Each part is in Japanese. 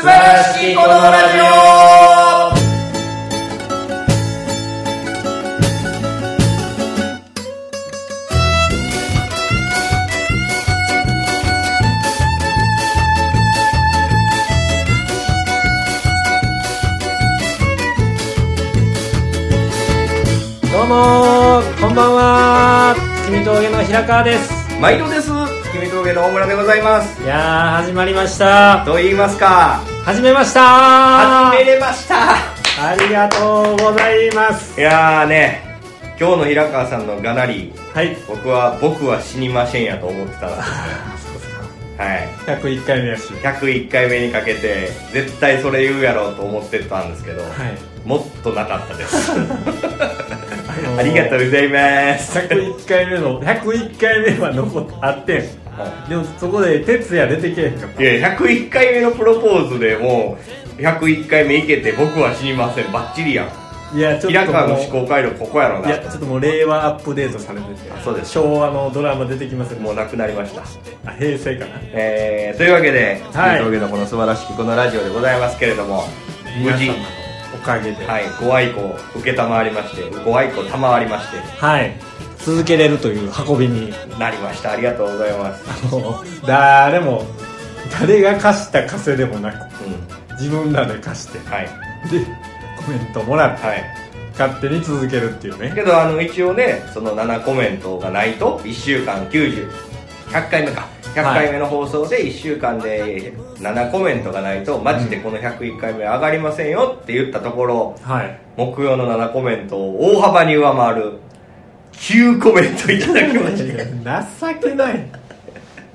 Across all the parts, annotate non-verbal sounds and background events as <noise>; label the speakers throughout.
Speaker 1: きこのラジオ
Speaker 2: どうもーこんばんは君峠の平川です
Speaker 1: 毎度です君峠の大村でございます
Speaker 2: いやー始まりました
Speaker 1: と言いますか
Speaker 2: 始めましたー
Speaker 1: 始めれました
Speaker 2: ありがとうございます
Speaker 1: いやーね今日の平川さんのがなり
Speaker 2: はい
Speaker 1: 僕は僕は死にませんやと思ってたんですねはい
Speaker 2: 101回目やし
Speaker 1: 101回目にかけて絶対それ言うやろうと思ってたんですけど、
Speaker 2: はい
Speaker 1: もっとなかったで
Speaker 2: <laughs>
Speaker 1: す
Speaker 2: のー
Speaker 1: <laughs> ありがとうございます
Speaker 2: 101回目の101回目は残っあってんでもそこで哲也出てけえへんかっ
Speaker 1: いや101回目のプロポーズでもう101回目いけて僕は死にませんバッチリやん
Speaker 2: たいやちょっと
Speaker 1: 平川の
Speaker 2: もう
Speaker 1: 思考回路ここやろ
Speaker 2: いや
Speaker 1: な
Speaker 2: ちょっともう令和アップデートされてて
Speaker 1: あそうです
Speaker 2: 昭和のドラマ出てきますよ
Speaker 1: もうなくなりました
Speaker 2: あ平成かな
Speaker 1: えー、というわけで
Speaker 2: はい
Speaker 1: 小峠のこの素晴らしきこのラジオでございますけれども無
Speaker 2: 皆
Speaker 1: 事
Speaker 2: 様のおかげでは、
Speaker 1: はいいご愛顧承りましてご愛顧賜りまして
Speaker 2: 続けれるという運びに
Speaker 1: なりましたありがとうございます、
Speaker 2: あの誰も誰が貸した稼いでもなく
Speaker 1: うん、
Speaker 2: 自分らで貸して
Speaker 1: はい
Speaker 2: でコメントもらって
Speaker 1: はい
Speaker 2: 勝手に続けるっていうね
Speaker 1: けどあの一応ねその7コメントがないと1週間90100回目か100回目の放送で1週間で7コメントがないとマジでこの101回目上がりませんよって言ったところ
Speaker 2: はい
Speaker 1: 木曜の7コメントを大幅に上回る9コメントいただきまし
Speaker 2: <laughs> 情けない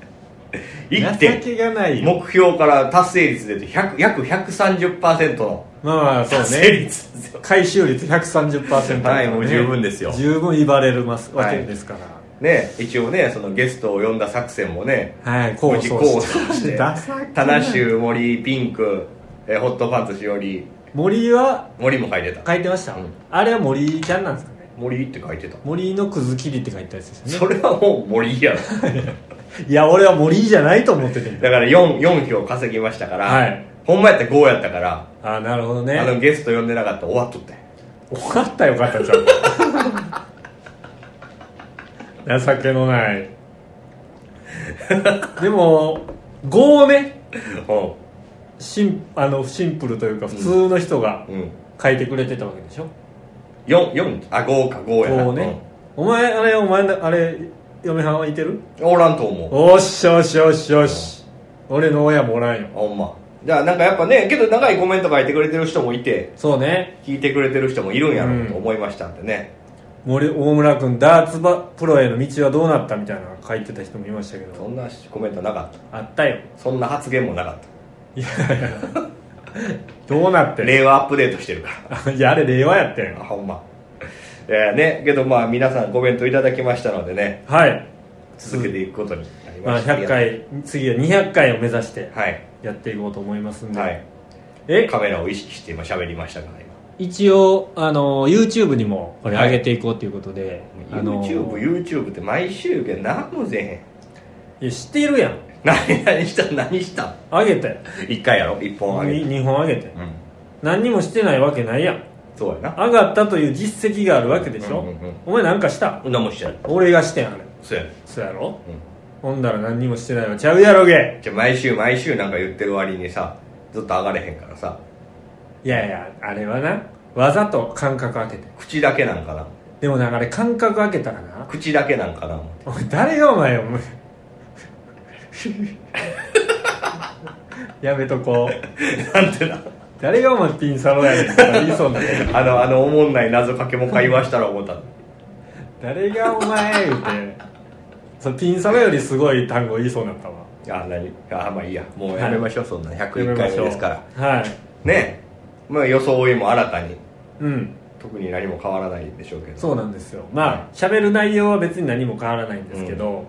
Speaker 2: 情
Speaker 1: た1点
Speaker 2: けがないよ
Speaker 1: 目標から達成率で100約130%の
Speaker 2: まあまあそう
Speaker 1: 達成
Speaker 2: ね
Speaker 1: 率ですよ
Speaker 2: 回収率130%、
Speaker 1: はいもう十分ですよ
Speaker 2: 十分威張れるますわけ
Speaker 1: はい
Speaker 2: ですから、
Speaker 1: ね一応ねそのゲストを呼んだ作戦もね
Speaker 2: はい、こ
Speaker 1: 無
Speaker 2: う
Speaker 1: 事
Speaker 2: そ
Speaker 1: こ
Speaker 2: う
Speaker 1: うして田
Speaker 2: な
Speaker 1: 無
Speaker 2: い
Speaker 1: 森ピンクえーホットパンツしおり
Speaker 2: 森は
Speaker 1: 森も書いてた
Speaker 2: 書いてました、
Speaker 1: うん
Speaker 2: あれは森ちゃんなんですかね
Speaker 1: 森って書いてた
Speaker 2: 森のくず切りって書いてあるやつですよ
Speaker 1: それはもう森やろ
Speaker 2: ねいや俺は森じゃないと思ってて
Speaker 1: だから4四票稼ぎましたから、
Speaker 2: はい
Speaker 1: ほんまやったら5やったから、
Speaker 2: あなるほど
Speaker 1: あの
Speaker 2: ね
Speaker 1: ゲスト呼んでなかったら終わっとって
Speaker 2: よかったよかったじゃん情けのないでも5をね
Speaker 1: う
Speaker 2: シンあのシンプルというか普通の人が
Speaker 1: ん、うん、
Speaker 2: 書いてくれてたわけでしょ、
Speaker 1: 4四あ5か5やな
Speaker 2: 5をね、お前あれお前のあれ嫁はんはいてる
Speaker 1: うんおらんと思う
Speaker 2: おっしゃおっしゃおっしゃおっしゃ俺の親もおらんよ
Speaker 1: ほんまじゃあなんかやっぱねけど長いコメント書いてくれてる人もいて
Speaker 2: そうね
Speaker 1: 聞いてくれてる人もいるんやろうと思いましたんでね、
Speaker 2: 森大村君ダーツバプロへの道はどうなったみたいなの書いてた人もいましたけ
Speaker 1: そ
Speaker 2: ど
Speaker 1: んなコメントなかっ
Speaker 2: あったよ
Speaker 1: たそんな発言もなかった
Speaker 2: いやいやどうなってる
Speaker 1: 令和アップデートしてるか
Speaker 2: <laughs>
Speaker 1: ら
Speaker 2: いやあれ令和やったよ
Speaker 1: あほんまいやねけどまあ皆さんコメントいただきましたのでね
Speaker 2: はい、
Speaker 1: 続けていくことになり
Speaker 2: ま
Speaker 1: ま
Speaker 2: あ、
Speaker 1: した
Speaker 2: 100回次は200回を目指して
Speaker 1: はい
Speaker 2: やっていこうと思いますんで、
Speaker 1: はい
Speaker 2: え
Speaker 1: カメラを意識して今喋りましたから
Speaker 2: 一応あの YouTube にもこれ上げていこうということで、
Speaker 1: 今
Speaker 2: あの
Speaker 1: YouTubeYouTube って毎週や何もせへん
Speaker 2: いや知ってるやん
Speaker 1: 何何した何した
Speaker 2: 上げたよ
Speaker 1: 一回やろ一本あげて
Speaker 2: 2本上げて
Speaker 1: うん
Speaker 2: 何にもしてないわけないやん
Speaker 1: そうやな
Speaker 2: 上がったという実績があるわけでしょ、
Speaker 1: うんうんうん
Speaker 2: お前なんかした
Speaker 1: 何もしてない
Speaker 2: 俺がしてんあれ
Speaker 1: そうやね
Speaker 2: そうやろ
Speaker 1: うん
Speaker 2: ほんだら何にもしてないわちゃうやろげ
Speaker 1: じゃあ毎週毎週なんか言ってる割にさずっと上がれへんからさ
Speaker 2: いやいやあれはなわざと間隔空けて
Speaker 1: 口だけなんかな
Speaker 2: でもなあれ間隔空けたらな
Speaker 1: 口だけなんかな <laughs>
Speaker 2: お
Speaker 1: 思って
Speaker 2: 前誰がお前お前 <laughs> やめとこう
Speaker 1: なんてな
Speaker 2: 誰がお前ピンサロやねんとか言いそうになる
Speaker 1: あのあのおもんない謎かけも会話したら思った
Speaker 2: 誰がお前言うてそのピンサロよりすごい単語言いそうになったわ
Speaker 1: あ何あまあいいやもうやめましょう、そんな101
Speaker 2: やめま
Speaker 1: 回
Speaker 2: し
Speaker 1: 目
Speaker 2: ょう
Speaker 1: ですから
Speaker 2: はい
Speaker 1: ねえまあ装いも新たに
Speaker 2: うん
Speaker 1: 特に何も変わらないんでしょうけど
Speaker 2: そう
Speaker 1: な
Speaker 2: なんですよまあ喋る内容は別に何も変わらないんですけど、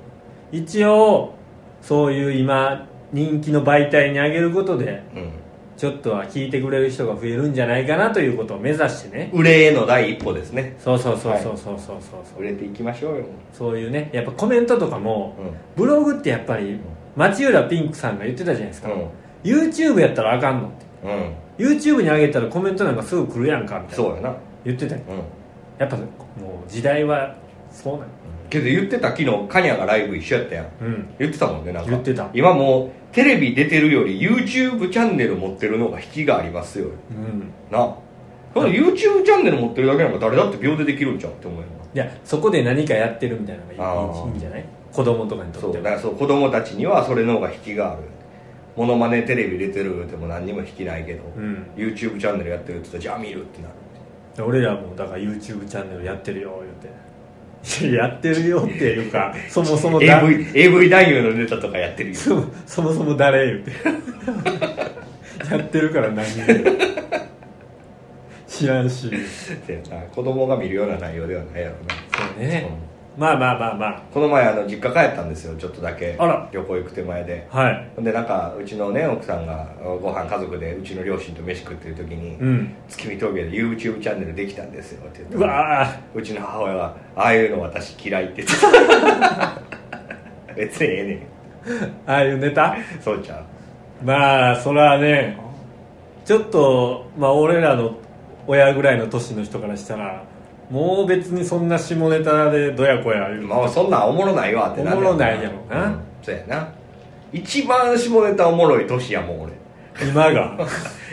Speaker 2: 一応そういう今人気の媒体に上げることで
Speaker 1: う
Speaker 2: ちょっとは聞いてくれる人が増えるんじゃないかなということを目指してね
Speaker 1: ん売れへの第一歩ですね
Speaker 2: そうそうそうそうそうそうそうそう、
Speaker 1: 売れていきましょうよ、
Speaker 2: そういうねやっぱコメントとかも
Speaker 1: う
Speaker 2: ブログってやっぱり町浦ピンクさんが言ってたじゃないですか、
Speaker 1: んうん、
Speaker 2: YouTube やったらあかんのって
Speaker 1: うん
Speaker 2: YouTube に上げたらコメントなんかすぐ来るやんかみたいな
Speaker 1: そうやな
Speaker 2: 言ってたよ
Speaker 1: うん
Speaker 2: やっぱもう時代はそうなん
Speaker 1: けど言ってた昨日カニャがライブ一緒やったやん
Speaker 2: うん
Speaker 1: 言ってたもんねなんか
Speaker 2: 言ってた
Speaker 1: 今もうテレビ出てるより YouTube チャンネル持ってるのが引きがありますよ
Speaker 2: うん
Speaker 1: なその YouTube チャンネル持ってるだけなんか誰だって秒でできるんちゃうって思うよ
Speaker 2: いやそこで何かやってるみたいなの
Speaker 1: あ
Speaker 2: がい
Speaker 1: ー
Speaker 2: いいいんじゃない子供とかに
Speaker 1: な
Speaker 2: と
Speaker 1: そ
Speaker 2: っ
Speaker 1: う
Speaker 2: て
Speaker 1: だ
Speaker 2: は
Speaker 1: からそう子供たちにはそれの方が引きがあるモノマネテレビ出てるっても何にも引きないけど、
Speaker 2: うん
Speaker 1: YouTube チャンネルやってるって言ったらじゃあ見るってなる
Speaker 2: 俺らもだから YouTube チャンネルやってるよ言うていややってるよっていうかそもそもだ
Speaker 1: AV, AV 男優のネタとかやってる
Speaker 2: <laughs>
Speaker 1: よ
Speaker 2: そも <laughs> そもそも誰言うて <laughs> やってるから何で知らんしそ
Speaker 1: ってな子供が見るような内容ではないやろうな、
Speaker 2: うね
Speaker 1: うん
Speaker 2: まあまあまあま
Speaker 1: この前あの実家帰ったんですよちょっとだけ
Speaker 2: あら
Speaker 1: 旅行行く手前で
Speaker 2: あはい
Speaker 1: ほんでなんかうちのね奥さんがご飯家族でうちの両親と飯食ってる時に
Speaker 2: うん
Speaker 1: 「月見峠で YouTube チャンネルできたんですよ」って言って
Speaker 2: うわあ
Speaker 1: うちの母親は「ああいうの私嫌い」って言ってた <laughs> 別にええね
Speaker 2: ああいうネタ
Speaker 1: んそうちゃう
Speaker 2: まあそれはねちょっと、まあ、俺らの親ぐらいの年の人からしたらもう別にそんな下ネタでどやこや言う
Speaker 1: まあそんなんおもろないわって
Speaker 2: おもろないやろな
Speaker 1: うんそうやな一番下ネタおもろい年やもん俺
Speaker 2: 今
Speaker 1: <laughs>
Speaker 2: が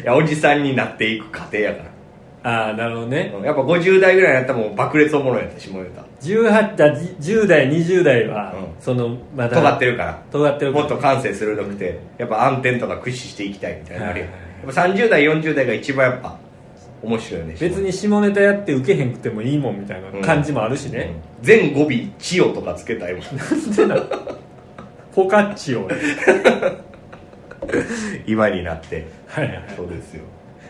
Speaker 1: いやおじさんになっていく過程やから
Speaker 2: ああなるほどね
Speaker 1: うんやっぱ50代ぐらいになったらもう爆裂おもろいやった下ネタ
Speaker 2: 18だ10代20代は、
Speaker 1: うん
Speaker 2: そのまだ
Speaker 1: 尖ってるから
Speaker 2: 尖ってる
Speaker 1: もっと感性鋭くてやっぱ暗転とか駆使していきたいみたいなのあるよ、
Speaker 2: はいはい
Speaker 1: やっぱ30代40代が一番やっぱ面白いよね
Speaker 2: 別に下ネタやって受けへんくてもいいもんみたいな感じもあるし
Speaker 1: うん
Speaker 2: ね、
Speaker 1: 全語尾「千代」とかつけたいもん
Speaker 2: <laughs> ポカッチをはい
Speaker 1: 今になって
Speaker 2: はい
Speaker 1: そうですよ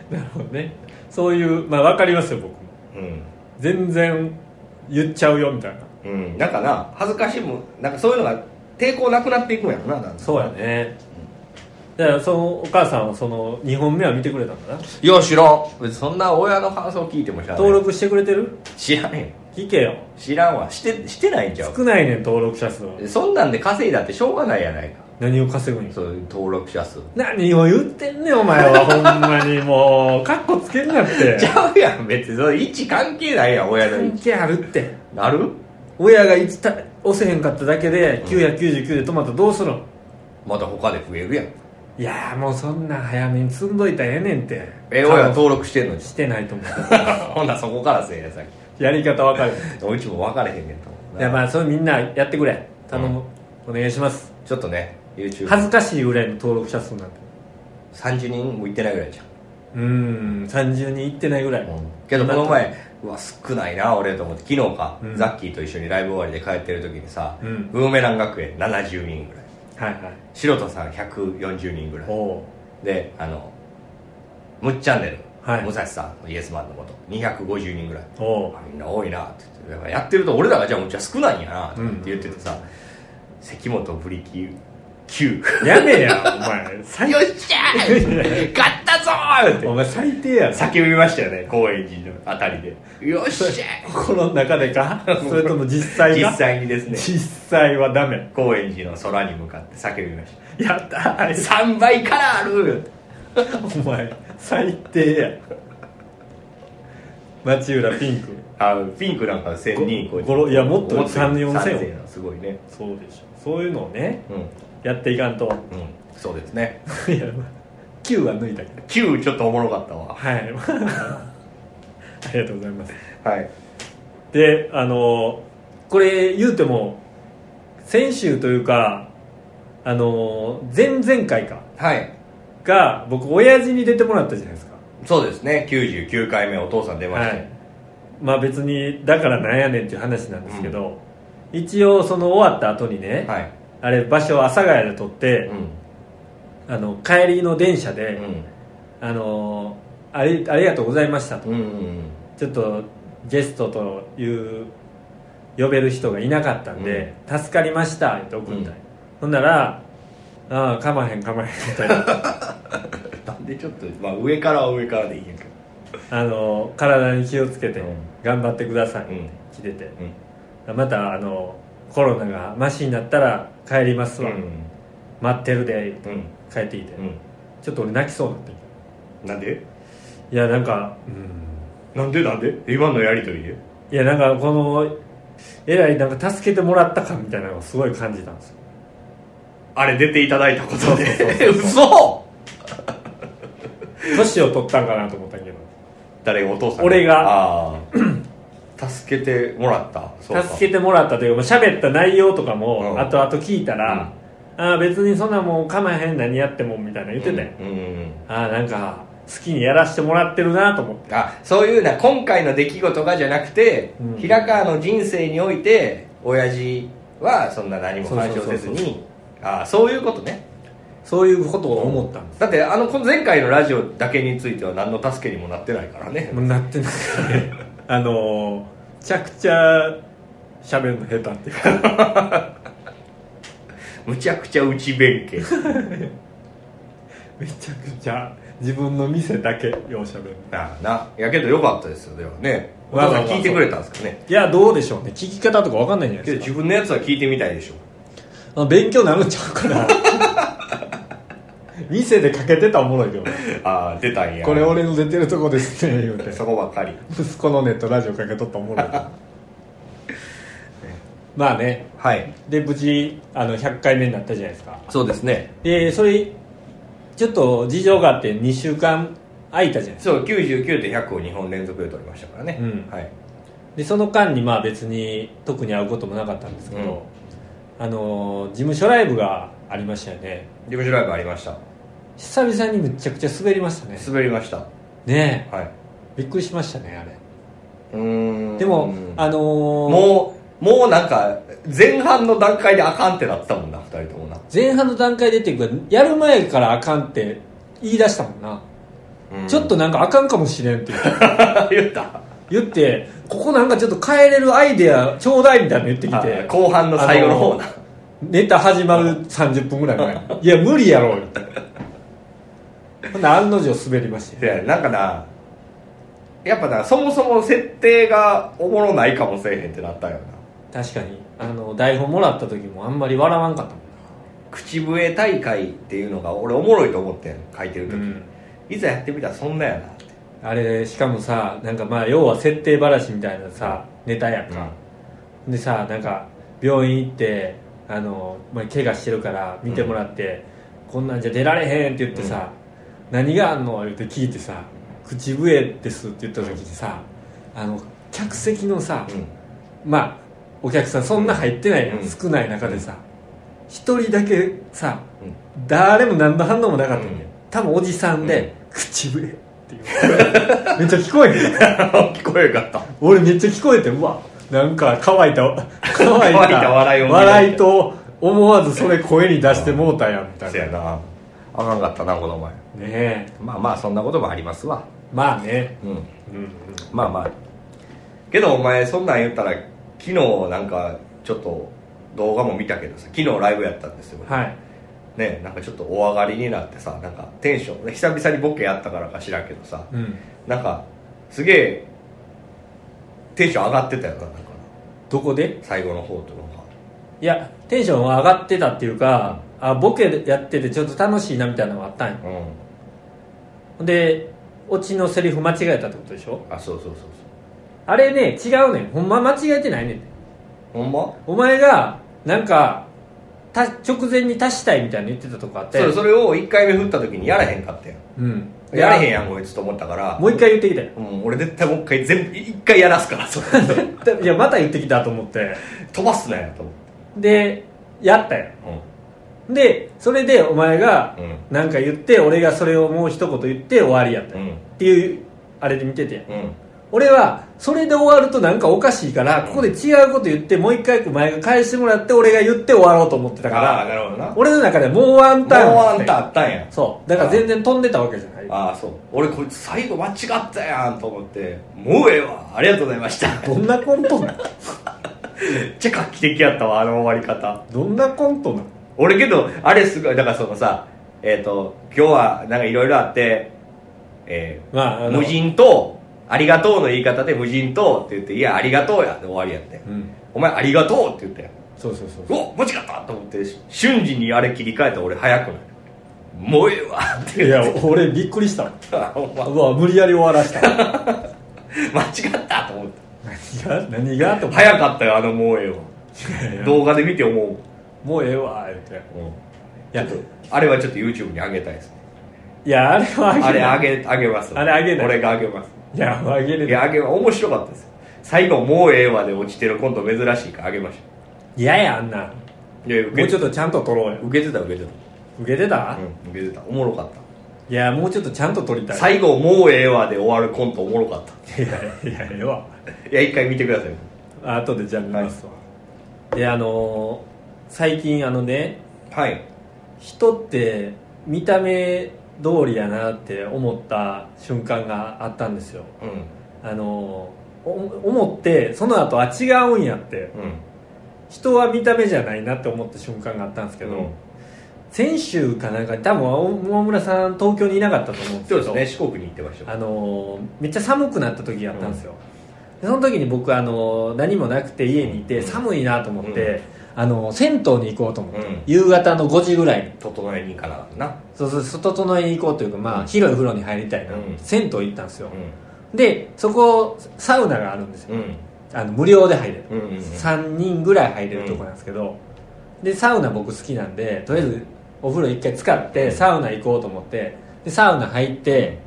Speaker 2: なるほどねそういうまあ分かりますよ僕も
Speaker 1: うん
Speaker 2: 全然言っちゃうよみたいな
Speaker 1: うんなんかな恥ずかしいもんなんかそういうのが抵抗なくなっていくんやろなだんだん
Speaker 2: そうやね、だからそのお母さんはその2本目は見てくれたんだない
Speaker 1: や知らん別にそんな親の感想聞いても知らん
Speaker 2: 登録してくれてる
Speaker 1: 知らんよ
Speaker 2: 聞けよ
Speaker 1: 知らんわしてしてないんちゃう
Speaker 2: 少ないねん登録者数は
Speaker 1: そんなんで稼いだってしょうがないやないか
Speaker 2: 何を稼ぐに
Speaker 1: そういう登録者数
Speaker 2: 何を言ってんねんお前 <laughs> はほんまにもうカッコつけんなって
Speaker 1: <laughs> ちゃうやん別にそれ位置関係ないやん親の
Speaker 2: 関
Speaker 1: 位置
Speaker 2: 係あるって
Speaker 1: なる
Speaker 2: 親が1た押せへんかっただけで999で止まったらどうするの
Speaker 1: また他で増えるやん
Speaker 2: いやーもうそんなん早めに積んどいたらええねんって
Speaker 1: え親登録してんのに
Speaker 2: してないと思
Speaker 1: <laughs> ほんならそこからせえやさっ
Speaker 2: うやり方わかる
Speaker 1: きうちも分かれへんねんと思う
Speaker 2: いや <laughs> まあそれみんなやってくれ頼む、お願いします
Speaker 1: ちょっとね YouTube
Speaker 2: 恥ずかしいぐらいの登録者数なんて
Speaker 1: 30人もいってないぐらいじゃん、
Speaker 2: うーん30人いってないぐらい、
Speaker 1: けどこの前うわ少ないな俺と思って昨日か、
Speaker 2: うん
Speaker 1: ザッキーと一緒にライブ終わりで帰ってる時にさ、
Speaker 2: うん
Speaker 1: ブーメラン学園70人ぐらい
Speaker 2: はいはい
Speaker 1: 白田さん140人ぐらい
Speaker 2: おお
Speaker 1: であのむっちゃんねる、
Speaker 2: はい
Speaker 1: 武蔵さんイエスマンのこと250人ぐらい
Speaker 2: おお
Speaker 1: あみんな多いなって言ってだからやってると俺らがじゃあむっちゃ少ないんやなって言っててさ、関本ブリキ9
Speaker 2: やめやお前最
Speaker 1: <laughs> よっしゃー勝ったぞーって
Speaker 2: お前最低や
Speaker 1: 叫びましたよね高円寺のあたりでよっしゃ
Speaker 2: 心の中でかそれとも実
Speaker 1: ー
Speaker 2: 際か
Speaker 1: 実際にですね
Speaker 2: 実際はダメ
Speaker 1: 高円寺の空に向かって叫びまし
Speaker 2: やったー
Speaker 1: た3倍からある
Speaker 2: お前最低や町浦ピンク
Speaker 1: あピンクなんか1000人超えて
Speaker 2: ごごろいやもっと
Speaker 1: よ
Speaker 2: 3 4000
Speaker 1: 3000すごいね
Speaker 2: そうでしょそういうのをね
Speaker 1: うん
Speaker 2: やっていかんと
Speaker 1: うんそうですね
Speaker 2: <laughs> いやまあ9は抜いたけど
Speaker 1: 9ちょっとおもろかったわ
Speaker 2: はいありがとうございます
Speaker 1: はい
Speaker 2: であのこれ言うても先週というかあの前々回か
Speaker 1: はい
Speaker 2: が僕親父に出てもらったじゃないですか
Speaker 1: そうですね99回目お父さん出ま
Speaker 2: は
Speaker 1: した
Speaker 2: いまあ別にだからなんやねんっていう話なんですけど、一応その終わった後にね、
Speaker 1: はい、
Speaker 2: あれ場所を阿佐ヶ谷で撮って
Speaker 1: う、ん
Speaker 2: あの帰りの電車で、
Speaker 1: うん
Speaker 2: あのありありがとうございましたと、
Speaker 1: うんうん
Speaker 2: ちょっとゲストという呼べる人がいなかったんで「助かりました」って送ったんや、
Speaker 1: うん
Speaker 2: ほんなら「ああかまへんかまへん」みたい
Speaker 1: <laughs>
Speaker 2: な
Speaker 1: なんでちょっと、まあ、上からは上からでいいんやけど
Speaker 2: あの体に気をつけて
Speaker 1: うん
Speaker 2: 頑張ってくださいって
Speaker 1: うん
Speaker 2: 来てて、
Speaker 1: うん
Speaker 2: またあのコロナがマシになったら帰りますわ、
Speaker 1: うん
Speaker 2: 待ってるで
Speaker 1: うん
Speaker 2: 帰ってきて、
Speaker 1: うん
Speaker 2: ちょっと俺泣きそうになってき
Speaker 1: なんで
Speaker 2: いやなんかうん
Speaker 1: なんでなんで今のやりとりで
Speaker 2: いやなんかこのえらいなんか助けてもらった感みたいなのをすごい感じたん
Speaker 1: <laughs>
Speaker 2: ですよ
Speaker 1: あれ出ていただいたことで
Speaker 2: そうそうそう
Speaker 1: <laughs> 嘘
Speaker 2: 年を取ったんかなと思ったけど
Speaker 1: 誰がお父さん
Speaker 2: 俺が
Speaker 1: ああ <clears throat> 助けてもらったそうか
Speaker 2: 助けてもらったというかまあ喋った内容とか
Speaker 1: う
Speaker 2: も
Speaker 1: ん
Speaker 2: 後々聞いたら、ああ別にそんなもう構えへん何やってもみたいな言ってたよ、
Speaker 1: うんうんうん
Speaker 2: ああなんか好きにやらしてもらってるなと思って
Speaker 1: あそういうな今回の出来事がじゃなくて、
Speaker 2: うん
Speaker 1: 平川の人生において親父はそんな何も干渉せず
Speaker 2: そうそうそう
Speaker 1: にあそういうことね
Speaker 2: そういうことを思ったんです
Speaker 1: だってあのこの前回のラジオだけについては何の助けにもなってないからね
Speaker 2: もうなってない <laughs> あのーめちゃくちゃ喋るの下手っていうか <laughs>
Speaker 1: むちゃくちゃ内弁
Speaker 2: <laughs>
Speaker 1: 慶
Speaker 2: めちゃくちゃ自分の店だけよう喋る
Speaker 1: なあないやけどよかったですよではねお
Speaker 2: わ
Speaker 1: 父
Speaker 2: ざ
Speaker 1: さ
Speaker 2: わ
Speaker 1: ん
Speaker 2: ざ
Speaker 1: 聞いてくれたんですかね
Speaker 2: いやどうでしょうね聞き方とかわかんないんじゃない
Speaker 1: けど
Speaker 2: です
Speaker 1: 自分のやつは聞いてみたいでしょ
Speaker 2: かあ勉強になるんちゃうか <laughs> な店でかけてたらおもろいけどね
Speaker 1: ああ出たんや
Speaker 2: これ俺の出てるとこですね言うて
Speaker 1: そこばっかり
Speaker 2: 息子のネットラジオかけとったらおもろいけど <laughs> まあね
Speaker 1: はい
Speaker 2: で無事あの100回目になったじゃないですか
Speaker 1: そうですね
Speaker 2: でそれちょっと事情があって2週間空いたじゃないですか
Speaker 1: そう99と100を2本連続で取りましたからね、
Speaker 2: うん
Speaker 1: はい
Speaker 2: でその間にまあ別に特に会うこともなかったんですけど、あのー事務所ライブがありましたよね
Speaker 1: 事務所ライブありました
Speaker 2: 久々にめちゃくちゃ滑りましたね
Speaker 1: 滑りました
Speaker 2: ね
Speaker 1: はい
Speaker 2: えびっくりしましたねあれ
Speaker 1: うーん
Speaker 2: でも、あのー
Speaker 1: もうもうなんか前半の段階であかんってなったもんな2人ともな
Speaker 2: 前半の段階でっていうかやる前からあかんって言い出したもんな、ちょっとなんかあかんかもしれんって言って
Speaker 1: と <laughs> 言った
Speaker 2: <laughs> 言ってここなんかちょっと変えれるアイデアちょうだいみたいなの言ってき
Speaker 1: あ
Speaker 2: て
Speaker 1: 後半の最後の方な
Speaker 2: あネタ始まる30分ぐらい前いや無理やろみたいなほんなら案の定滑りまして
Speaker 1: でなんかなやっぱなそもそも設定がおもろないかもせえへんってなったよな
Speaker 2: 確かにあの台本もらった時もあんまり笑わんかったも
Speaker 1: 口笛大会っていうのが俺おもろいと思ってん書いてる時、
Speaker 2: んな、うん、
Speaker 1: いざやってみたらそんなやなって
Speaker 2: あれしかもさなんかまあ要は設定話みたいなさネタやんか、でさなんか病院行ってあの、まあ、怪我してるから見てもらって、こんなんじゃ出られへんって言ってさ、何があんの言って聞いてさ口笛ですって言った時にさ、あの客席のさ、
Speaker 1: うん <laughs>
Speaker 2: まあお客さんそんな入ってないやん、
Speaker 1: うん
Speaker 2: 少ない中でさ一人だけさ、
Speaker 1: う
Speaker 2: 誰も何の反応もなかったんだよ、
Speaker 1: うん
Speaker 2: 多分おじさんで、口笛っていう <laughs> めっちゃ聞こえへん
Speaker 1: 聞こえよかった
Speaker 2: 俺めっちゃ聞こえてうわなんか乾いた乾いた
Speaker 1: <laughs> 乾いた笑いを見る
Speaker 2: 笑いと思わずそれ声に出してもうたやんみたい
Speaker 1: せ
Speaker 2: な
Speaker 1: や
Speaker 2: ね
Speaker 1: なあかんかったなこの前
Speaker 2: え
Speaker 1: まあまあそんなこともありますわ
Speaker 2: まあね
Speaker 1: うん
Speaker 2: うんうん
Speaker 1: まあまあけどお前そんなん言ったら昨日なんかちょっと動画も見たけどさ昨日ライブやったんですよ、
Speaker 2: はい
Speaker 1: ねなんかちょっとお上がりになってさなんかテンション久々にボケやったからか知らんけどさ
Speaker 2: うん
Speaker 1: なんかすげえテンション上がってたよななんか
Speaker 2: どこで
Speaker 1: 最後の方となんか
Speaker 2: いやテンションは上がってたっていうか、あボケやっててちょっと楽しいなみたいなのがあったんよ
Speaker 1: うん
Speaker 2: でオチのセリフ間違えたってことでしょ
Speaker 1: あそうそうそうそう
Speaker 2: あれね違うねんほんま間違えてないねん
Speaker 1: ほんま
Speaker 2: お前がなんかた直前に足したいみたいな言ってたとこあって
Speaker 1: そうそれを1回目振った時にやらへんかったよ
Speaker 2: うん
Speaker 1: やれへんやんこいつと思ったから
Speaker 2: もう一回言ってきたよ
Speaker 1: うん、俺絶対もう一回全部一回やらすからそれ <laughs>
Speaker 2: いやまた言ってきたと思って
Speaker 1: 飛ばすなよと思って
Speaker 2: でやったよ
Speaker 1: うん
Speaker 2: でそれでお前が
Speaker 1: うん
Speaker 2: なんか言って俺がそれをもう一言言って終わりやったよ、
Speaker 1: うん
Speaker 2: っていうあれで見てて
Speaker 1: うん
Speaker 2: 俺はそれで終わるとなんかおかしいからここで違うこと言ってもう一回お前が返してもらって俺が言って終わろうと思ってたか
Speaker 1: ああ
Speaker 2: ら
Speaker 1: なるほどなも
Speaker 2: 俺の中でもうワンターン
Speaker 1: うあんたあったんや
Speaker 2: そうだから全然飛んでたわけじゃない
Speaker 1: ああそう俺こいつ最後間違ったやんと思ってもうええわありがとうございました
Speaker 2: どんなコントなん
Speaker 1: めっちゃ画期的やったわあの終わり方
Speaker 2: どんなコントなん
Speaker 1: 俺けどあれすごいだからそのさえっ、と今日はなんかいろいろあってえー
Speaker 2: まああの
Speaker 1: 無人とありがとうの言い方で無人とって言っていやありがとうやで終わりやって、
Speaker 2: うん
Speaker 1: お前ありがとうって言ったよ
Speaker 2: そうそうそう
Speaker 1: お間違ったと思って瞬時にあれ切り替えたら俺早くなるもうええわって
Speaker 2: い
Speaker 1: 言
Speaker 2: や
Speaker 1: って
Speaker 2: 俺びっくりしたわ
Speaker 1: たほんま
Speaker 2: うわ無理やり終わらした <laughs>
Speaker 1: 間違ったと思って
Speaker 2: 何が何がと思っ
Speaker 1: 早かったよあのもうええわ
Speaker 2: て
Speaker 1: 動画で見て思う、
Speaker 2: もうええわ言うていや
Speaker 1: ちょっとあれはちょっと YouTube に上げたいですね
Speaker 2: いやあれはあげ
Speaker 1: あれ
Speaker 2: ない
Speaker 1: あげあげます
Speaker 2: あれあげない
Speaker 1: 俺があげます
Speaker 2: いやあげれ
Speaker 1: い
Speaker 2: ない
Speaker 1: やあげ面白かったですよ最後「もうええわ」で落ちてる今度珍しいからあげまし
Speaker 2: いやいやあんな
Speaker 1: たいや受
Speaker 2: も
Speaker 1: け
Speaker 2: うちょ
Speaker 1: て
Speaker 2: っとちゃんと撮ろうよ
Speaker 1: 受けてた受けて
Speaker 2: 受けて
Speaker 1: た
Speaker 2: た、
Speaker 1: うん受けてたおもろかった
Speaker 2: いやもうちょっとちゃんと撮りた <laughs> い
Speaker 1: 最後「もうええわ」で終わるコントおもろかっ
Speaker 2: いやいやええわ
Speaker 1: たいや一回見てください
Speaker 2: あとでじゃあ見ますわ、であのー最近あのね
Speaker 1: はい
Speaker 2: 人って見た目通りやなって思った瞬間があったんですよ
Speaker 1: うん
Speaker 2: あのーお思ってその後あ違うんやって
Speaker 1: うん
Speaker 2: 人は見た目じゃないなって思った瞬間があったんですけ
Speaker 1: け
Speaker 2: ど、
Speaker 1: ど
Speaker 2: 先週かなんかに多分大村さん東京にいなかったと思うんですけ
Speaker 1: そう
Speaker 2: ど
Speaker 1: ですね四国に行ってました
Speaker 2: あのーめっちゃ寒くなった時があったんですよ、でその時に僕、あのー何もなくて家にいて
Speaker 1: うん
Speaker 2: 寒いなと思って、
Speaker 1: うん
Speaker 2: あのー銭湯に行こうと思って、
Speaker 1: うん
Speaker 2: 夕方の5時ぐらいに
Speaker 1: 整えに行かなあかんな
Speaker 2: そうそう外整えに行こうというか、まあ
Speaker 1: うん
Speaker 2: 広い風呂に入りたいな、
Speaker 1: うん
Speaker 2: 銭湯行ったんですよ
Speaker 1: う、ん
Speaker 2: でそこサウナがあるんですよ、
Speaker 1: うん
Speaker 2: あの無料で入れる、
Speaker 1: うんうんうん
Speaker 2: 3人ぐらい入れるとこなんですけど、でサウナ僕好きなんでとりあえずお風呂一回使ってサウナ行こうと思ってでサウナ入って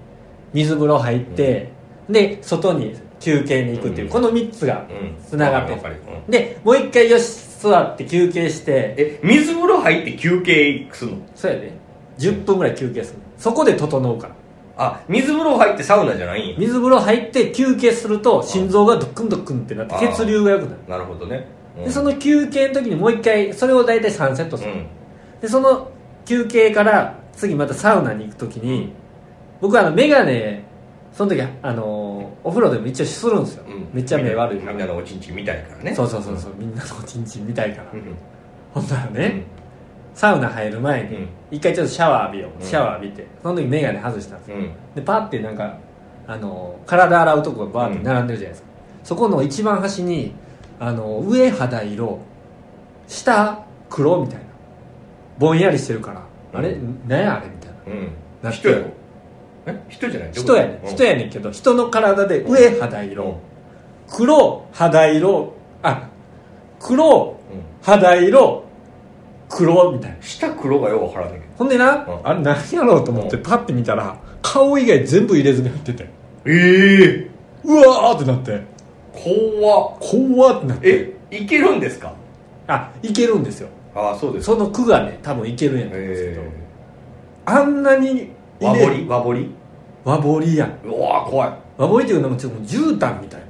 Speaker 2: 水風呂入って、で外に休憩に行くっていう、
Speaker 1: うん
Speaker 2: この3つが
Speaker 1: うん
Speaker 2: つながって
Speaker 1: わか
Speaker 2: る、
Speaker 1: るわかるうん
Speaker 2: でもう一回よし座って休憩して
Speaker 1: え水風呂入って休憩するの
Speaker 2: そうやで10分ぐらい休憩するそこで整うから
Speaker 1: あ水風呂入ってサウナじゃないんや
Speaker 2: 水風呂入って休憩すると心臓がドックンドックンってなって
Speaker 1: あー
Speaker 2: 血流が良くなる
Speaker 1: なるほどねうん
Speaker 2: でその休憩の時にもう一回それを大体3セットす
Speaker 1: う
Speaker 2: る、
Speaker 1: ん
Speaker 2: でその休憩から次またサウナに行く時に僕はあの眼鏡その時あのーお風呂でも一応するんですよ、
Speaker 1: うん
Speaker 2: めっちゃ目悪い
Speaker 1: みんなみんなのおちんちん見たいからね
Speaker 2: そうそうそうそうみんなのおちんちん見たいから、
Speaker 1: うん
Speaker 2: ほんならね、サウナ入る前
Speaker 1: う
Speaker 2: に
Speaker 1: ん
Speaker 2: 一回ちょっとシャワー浴びよう、
Speaker 1: うん
Speaker 2: シャワー浴びてその時眼鏡外したんですよ
Speaker 1: うん
Speaker 2: でパッてなんかあの体洗うとこがバーって並んでるじゃないですか、そこの一番端にあの上肌色下黒みたいなぼんやりしてるから、あれ何やあれみたいな
Speaker 1: うん
Speaker 2: なって
Speaker 1: 人やろえ人じゃない
Speaker 2: 人やねん人
Speaker 1: や
Speaker 2: やねんけど人の体で上肌色、黒肌色あ黒肌色黒みたいな
Speaker 1: 下黒がようわからんねんけ
Speaker 2: ほんでな、
Speaker 1: うん
Speaker 2: あれ何やろうと思って
Speaker 1: うん
Speaker 2: パッて見たら顔以外全部入れずに入ってて
Speaker 1: どええ
Speaker 2: うわーってなって
Speaker 1: 怖っ
Speaker 2: 怖ってなって
Speaker 1: えいけるんですか
Speaker 2: あいけるんですよ
Speaker 1: ああそうですか
Speaker 2: その区がね多分いけるんやと思うんですけど、
Speaker 1: え
Speaker 2: あんなに
Speaker 1: え和
Speaker 2: 入れ
Speaker 1: 彫り和彫り
Speaker 2: 和彫りやん
Speaker 1: うわー怖い
Speaker 2: 和彫りっていうのもちょっともう絨毯みたい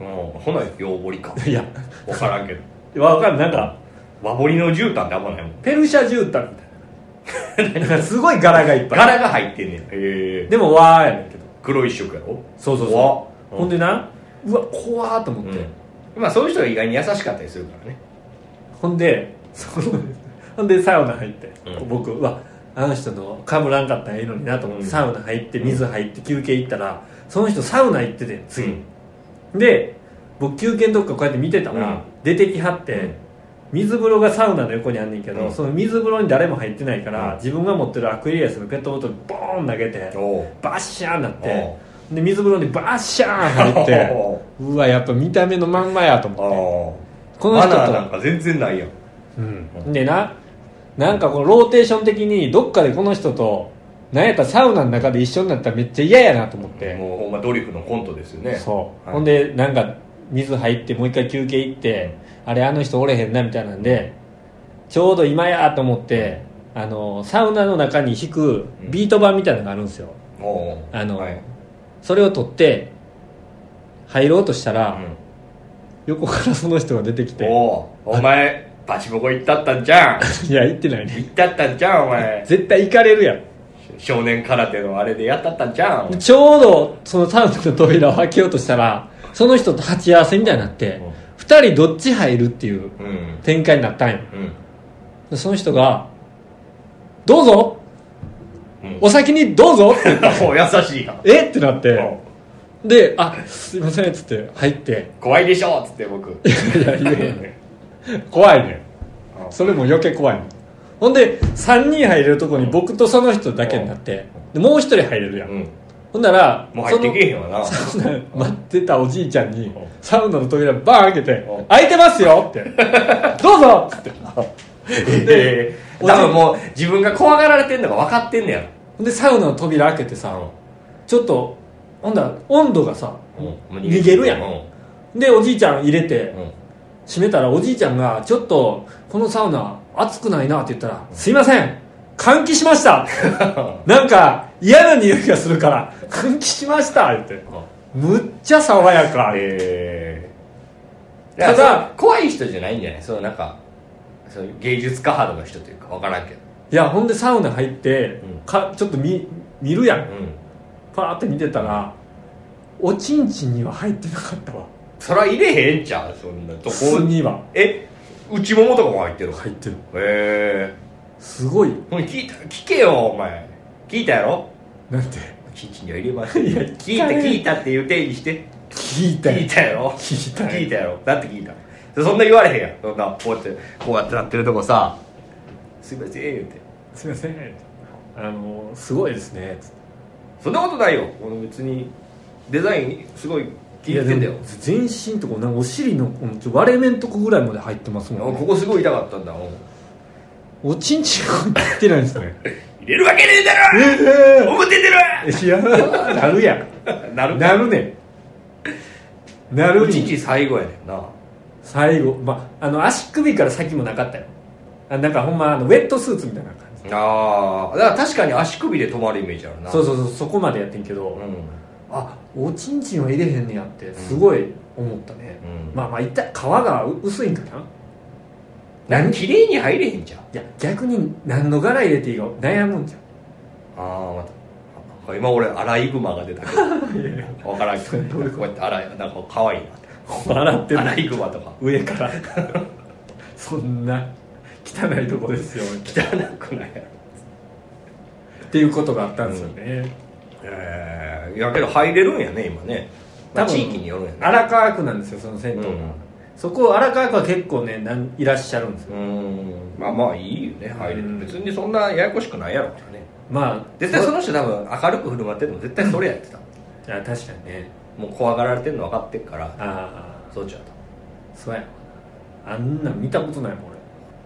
Speaker 1: うんほな洋彫りか
Speaker 2: ないや
Speaker 1: わからんけど <laughs>
Speaker 2: わかんないなんか
Speaker 1: 和彫りの絨毯ってあんまないもん
Speaker 2: ペルシャ絨毯み <laughs> たいななんかすごい柄がいっぱい
Speaker 1: 柄が入ってんねんええ
Speaker 2: でもわーやねんけど
Speaker 1: 黒一色やろ
Speaker 2: そうそう
Speaker 1: 怖
Speaker 2: そう
Speaker 1: っ
Speaker 2: ほんでなうわ怖ーと思って、
Speaker 1: うんまあそういう人は意外に優しかったりするからね
Speaker 2: ほんで <laughs> そのほんでサウナ入って、
Speaker 1: うん
Speaker 2: 僕うわあの人のかぶらんかったらいいのになと思って、
Speaker 1: うん
Speaker 2: サウナ入って水入って休憩行ったらその人サウナ行っててん次、
Speaker 1: うん
Speaker 2: で僕休憩のとこからこうやって見てたら、
Speaker 1: うん
Speaker 2: 出てきはって、
Speaker 1: うん
Speaker 2: 水風呂がサウナの横にあんねんけど、
Speaker 1: うん
Speaker 2: その水風呂に誰も入ってないから、
Speaker 1: うん
Speaker 2: 自分が持ってるアクエリアスのペットボトルボーン投げて
Speaker 1: おう
Speaker 2: バッシャーンなってで水風呂にバッシャーン入って
Speaker 1: おう
Speaker 2: うわやっぱ見た目のまんまやと思って
Speaker 1: <laughs> あ
Speaker 2: こ
Speaker 1: あ
Speaker 2: の
Speaker 1: マ
Speaker 2: 人
Speaker 1: ナー
Speaker 2: と
Speaker 1: なんか全然ないやん
Speaker 2: うん、でななんかこのローテーション的にどっかでこの人となんやったらサウナの中で一緒になったらめっちゃ嫌やなと思って、
Speaker 1: もうほんまドリフのコントですよね
Speaker 2: そう、
Speaker 1: はい
Speaker 2: ほんでなんか水入ってもう一回休憩行って、あれあの人おれへんなみたいなんでちょうど今やと思ってあのサウナの中に弾くビート板みたいなのがあるんですよ、
Speaker 1: おう
Speaker 2: あの
Speaker 1: はい
Speaker 2: それを取って入ろうとしたら、
Speaker 1: うん
Speaker 2: 横からその人が出てきて
Speaker 1: おうお前バチボコ行ったったんじ <laughs> ゃん
Speaker 2: いや行ってないね
Speaker 1: 行ったったんじゃんお前
Speaker 2: 絶対行かれるやん
Speaker 1: 少年空手のあれでやったったんじゃん
Speaker 2: ちょうどそのサウナの扉を開けようとしたらその人と鉢合わせみたいになって
Speaker 1: うん
Speaker 2: 二人どっち入るっていう
Speaker 1: うん
Speaker 2: 展開になったんよ
Speaker 1: うん
Speaker 2: でその人が「どうぞ
Speaker 1: うん
Speaker 2: お先にどう
Speaker 1: <laughs>
Speaker 2: ぞ」って言って
Speaker 1: もう優しいな
Speaker 2: 「えっ?」てなっ
Speaker 1: お
Speaker 2: て
Speaker 1: う
Speaker 2: で「あすいません」っつって入って
Speaker 1: 怖いでしょっつって僕
Speaker 2: いやいやいや怖いねんそれも余計怖いねんほんで3人入れるとこに僕とその人だけになってでもう1人入れるやん、
Speaker 1: うん
Speaker 2: ほんなら
Speaker 1: もう入ってけえへんわな
Speaker 2: その <laughs> 待ってたおじいちゃんに
Speaker 1: ん
Speaker 2: サウナの扉バーン開けて
Speaker 1: う
Speaker 2: 「 <laughs>
Speaker 1: ん
Speaker 2: 開いてますよ!」って「どうぞ!」っつって
Speaker 1: ええ多分もう自分が怖がられてんのが分かってんねやろ
Speaker 2: ほんでサウナの扉開けてさちょっとほんだら温度がさ
Speaker 1: うん
Speaker 2: 逃げるやん
Speaker 1: う
Speaker 2: でおじいちゃん入れて
Speaker 1: うん
Speaker 2: 閉めたらおじいちゃんが「ちょっとこのサウナ熱くないな」って言ったら「すいません換気しま <laughs> した」なんか嫌な匂いがするから「換気しました」言ってむっちゃ爽やか、
Speaker 1: ええ
Speaker 2: ただ
Speaker 1: ただ怖い人じゃないんじゃないそうなんかそういう芸術家派の人というか分からんけど
Speaker 2: いやほんでサウナ入って、
Speaker 1: うん
Speaker 2: かちょっと見見るやん
Speaker 1: うん
Speaker 2: パーって見てたらおちんちんには入ってなかったわ
Speaker 1: そりゃ入れへんちゃうそんなとこ
Speaker 2: 靴には
Speaker 1: え内ももとかも入ってるへ
Speaker 2: 入ってる
Speaker 1: え
Speaker 2: すごい
Speaker 1: ほんで聞いた聞けよお前聞いたやろ
Speaker 2: なんて
Speaker 1: チンチンには入れません
Speaker 2: いや
Speaker 1: 聞いた
Speaker 2: 聞かない
Speaker 1: 聞いたっていう定義して
Speaker 2: 聞いたよ
Speaker 1: 聞いたやろ
Speaker 2: 聞いたよ
Speaker 1: 聞いたやろだって聞いたそんな言われへんやんそんなこうやってこうやってなってるとこさすいません言うて
Speaker 2: すいませんあのすごいですねつっ
Speaker 1: そんなことないよ俺別にデザインすごい
Speaker 2: て
Speaker 1: 気に入ってんだよ
Speaker 2: いやでも全身とかなんかお尻のこのちょ割れ目んとこぐらいまで入ってますもん、
Speaker 1: あこ
Speaker 2: ね、
Speaker 1: こすごい痛かったんだもん
Speaker 2: おちんちんが入ってないんですね
Speaker 1: 入れるわけねえだ
Speaker 2: え
Speaker 1: ろ
Speaker 2: え
Speaker 1: 思ってんだ
Speaker 2: <laughs> いやなるや
Speaker 1: ろなる
Speaker 2: んなるねんなる
Speaker 1: うち
Speaker 2: に
Speaker 1: んち最後やねんな
Speaker 2: 最後、まあ、あの足首から先もなかったよあなんかほんまあのウェットスーツみたいな感じ
Speaker 1: ああだから確かに足首で止まるイメージあるな
Speaker 2: そうそうそうそこまでやってんけど、
Speaker 1: うん、
Speaker 2: あおちんちんは入れへんねやってすごい思ったね、
Speaker 1: うん、
Speaker 2: まあまあ一体皮がう薄いんかな
Speaker 1: 何綺麗に入れへんじゃん
Speaker 2: いや逆に何の柄入れていいか悩むんじゃん
Speaker 1: ああまたあ今俺アライグマが出た <laughs> けど分からんけどこうやってアライなんか可愛い
Speaker 2: 笑って
Speaker 1: なア
Speaker 2: な
Speaker 1: ラ
Speaker 2: い
Speaker 1: イグマとか
Speaker 2: 上から
Speaker 1: <laughs>
Speaker 2: そんな汚いとこですよ
Speaker 1: 汚くないやろ
Speaker 2: っていうことがあったんですよね、
Speaker 1: ええいやけど入れるんやね今ね、ま
Speaker 2: 多
Speaker 1: あ
Speaker 2: 分
Speaker 1: 地域によるんやね
Speaker 2: 荒川区なんですよその銭湯が、
Speaker 1: うん
Speaker 2: そこ荒川区は結構ねなんいらっしゃるんですよ
Speaker 1: うんまあまあいいよね入れ
Speaker 2: う
Speaker 1: る
Speaker 2: ん
Speaker 1: 別にそんなややこしくないやろからね
Speaker 2: まあ
Speaker 1: 絶対そ
Speaker 2: の
Speaker 1: の人多分明るく振る舞ってるの絶対それやってた
Speaker 2: あ確かにね
Speaker 1: もう怖がられてるの分かってるから
Speaker 2: ああ
Speaker 1: そうちゃうと
Speaker 2: そうやわなあんなん見たことないもん俺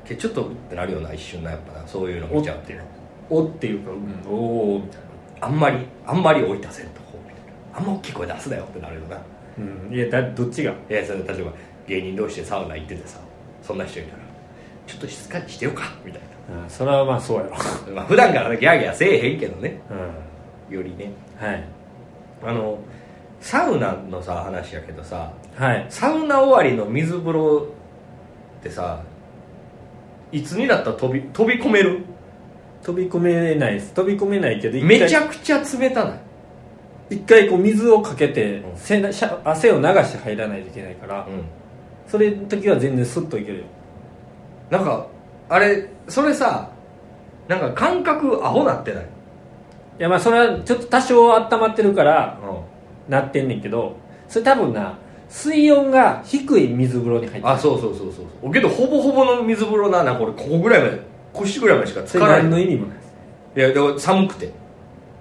Speaker 1: けどちょっとってなるような一瞬なやっぱなそういうの見ちゃうっていうの
Speaker 2: おっていうか、うん、おおみたいな
Speaker 1: あんまりあんまり置いたせんとこうみたいなあんま大きい声出すなよってなるよな
Speaker 2: うんいやだどっちが
Speaker 1: いやそれ例えば芸人同士でサウナ行っててさそんな人いたらちょっと静かにしてよかみたい
Speaker 2: うんそれはまあそうやろ
Speaker 1: な、まあ普段からギャーギャーせえへんけどね
Speaker 2: うん
Speaker 1: よりね
Speaker 2: はい
Speaker 1: あのサウナのさ話やけどさ
Speaker 2: はい
Speaker 1: サウナ終わりの水風呂ってさいつになったら飛び飛び込める
Speaker 2: 飛び込めないです飛び込めないけど一回
Speaker 1: めちゃくちゃ冷たない、
Speaker 2: 一回こう水をかけて、
Speaker 1: うん
Speaker 2: せなしゃ汗を流して入らないといけないから、
Speaker 1: うん、
Speaker 2: それの時は全然スッといけるよ
Speaker 1: なんかあれそれさなんか感覚アホなってない、
Speaker 2: いやまあそれはちょっと多少温まってるから
Speaker 1: う
Speaker 2: なってんねんけどそれ多分な水温が低い水風呂に入ってる
Speaker 1: ん、あそうそうそうそうそうけどほぼほぼの水風呂ななこれここぐらいまで腰ぐらいまでしかつ
Speaker 2: それ
Speaker 1: かない
Speaker 2: 何の
Speaker 1: い
Speaker 2: 意味もないです
Speaker 1: やだから寒くて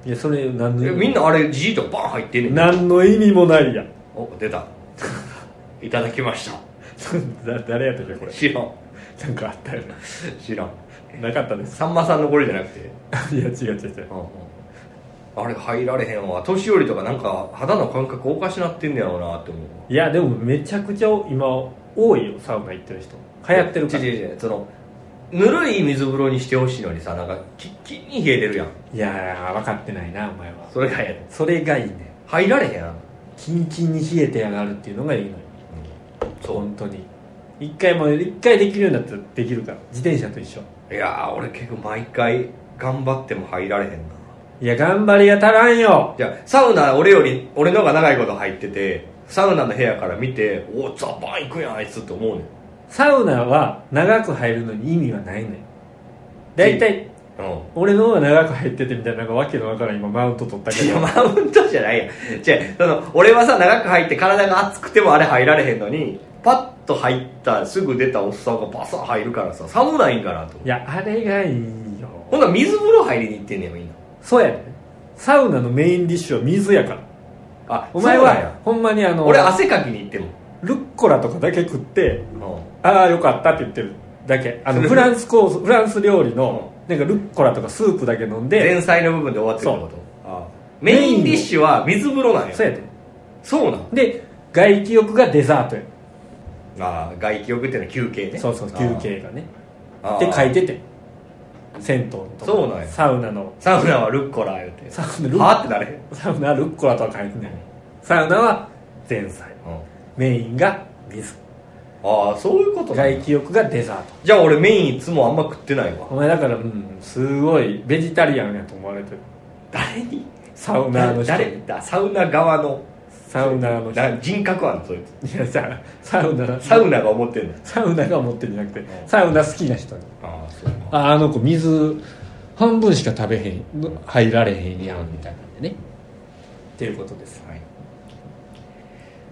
Speaker 2: いやそれ何の意味
Speaker 1: え
Speaker 2: も
Speaker 1: みんなあれじいとかバーン入ってんねん
Speaker 2: 何の意味もないやん
Speaker 1: お出 <laughs> たいただきました
Speaker 2: だ <laughs> 誰やったっけこれ
Speaker 1: 知らん
Speaker 2: なんかあったよ
Speaker 1: 知らん
Speaker 2: ななかったです <laughs>
Speaker 1: さんまさんのこれじゃなくて、
Speaker 2: いや違う違う違う
Speaker 1: あれ入られへんわ年寄りとかなんか肌の感覚おかしなってんねやろうなって思う
Speaker 2: いやでもめちゃくちゃ今多いよサウナ行ってる人流行ってるから
Speaker 1: 違う違う違うそのぬるい水風呂にしてほしいのにさなんかキッキンに冷えてるやん
Speaker 2: いやー分かってないなお前は
Speaker 1: それがやねん
Speaker 2: それがいいね
Speaker 1: 入られへんやん
Speaker 2: キンキンに冷えてやがるっていうのがいいのよ
Speaker 1: そ
Speaker 2: 本当に一回もう一回できるようになったらできるから自転車と一緒
Speaker 1: ういやー俺結構毎回頑張っても入られへんない
Speaker 2: や頑張りが足らんよ
Speaker 1: じゃあサウナ俺より俺の方が長いこと入っててサウナの部屋から見ておおザバーン行くやんあいつって思うねん
Speaker 2: サウナは長く入るのに意味はないのよ大体
Speaker 1: うん
Speaker 2: 俺の方が長く入っててみたいななんかわけのわからん今マウント取ったけ
Speaker 1: いや
Speaker 2: ど
Speaker 1: マウントじゃないやん違うその俺はさ長く入って体が熱くてもあれ入られへんのにパッと入ったすぐ出たおっさんがバサッ入るからさ寒ないんかなと思
Speaker 2: いうやあれがいいよ
Speaker 1: ほんなら水風呂入りに行ってんねんみんな
Speaker 2: そうやねサウナのメインディッシュは水やから
Speaker 1: あ
Speaker 2: お前
Speaker 1: そうなんや
Speaker 2: はほんまにあの
Speaker 1: 俺汗かきに行ってん
Speaker 2: ルッコラとかだけ食って
Speaker 1: もん、
Speaker 2: ああよかったって言ってるだけあの
Speaker 1: それ
Speaker 2: フランスコースフランス料理のなんかルッコラとかスープだけ飲んで
Speaker 1: 前菜の部分で終わってるって
Speaker 2: そ
Speaker 1: ことあメインディッシュは水風呂なんや
Speaker 2: そうやで
Speaker 1: そうなん
Speaker 2: で外気浴がデザートや
Speaker 1: あー外気浴っていうのは休憩ね
Speaker 2: そうそう休憩がね
Speaker 1: あー
Speaker 2: って書い
Speaker 1: あ
Speaker 2: てて銭湯とか
Speaker 1: そうなんや
Speaker 2: サウナの
Speaker 1: ーサウナはルッコラ言うて
Speaker 2: サウナル
Speaker 1: はあってなれへん、
Speaker 2: サウナはルッコラとは書いてないサウナは前菜
Speaker 1: うん
Speaker 2: メインが水
Speaker 1: ああそういうことなん
Speaker 2: 外
Speaker 1: や
Speaker 2: 気浴がデザート
Speaker 1: じゃあ俺メインいつもあんま食ってないわ
Speaker 2: お前だからうんすごいベジタリアンやと思われてる
Speaker 1: 誰に
Speaker 2: サウナーの人
Speaker 1: 誰だサウナ側の
Speaker 2: サウナーの人
Speaker 1: な人格あんのそい
Speaker 2: いやさサウナ
Speaker 1: つサウナが思ってんの
Speaker 2: サウナが持ってるんじゃなくてサウナ好きな人に
Speaker 1: ああそうか
Speaker 2: ああの子水半分しか食べへん入られへんやんみたいなんでねっていうことです
Speaker 1: はい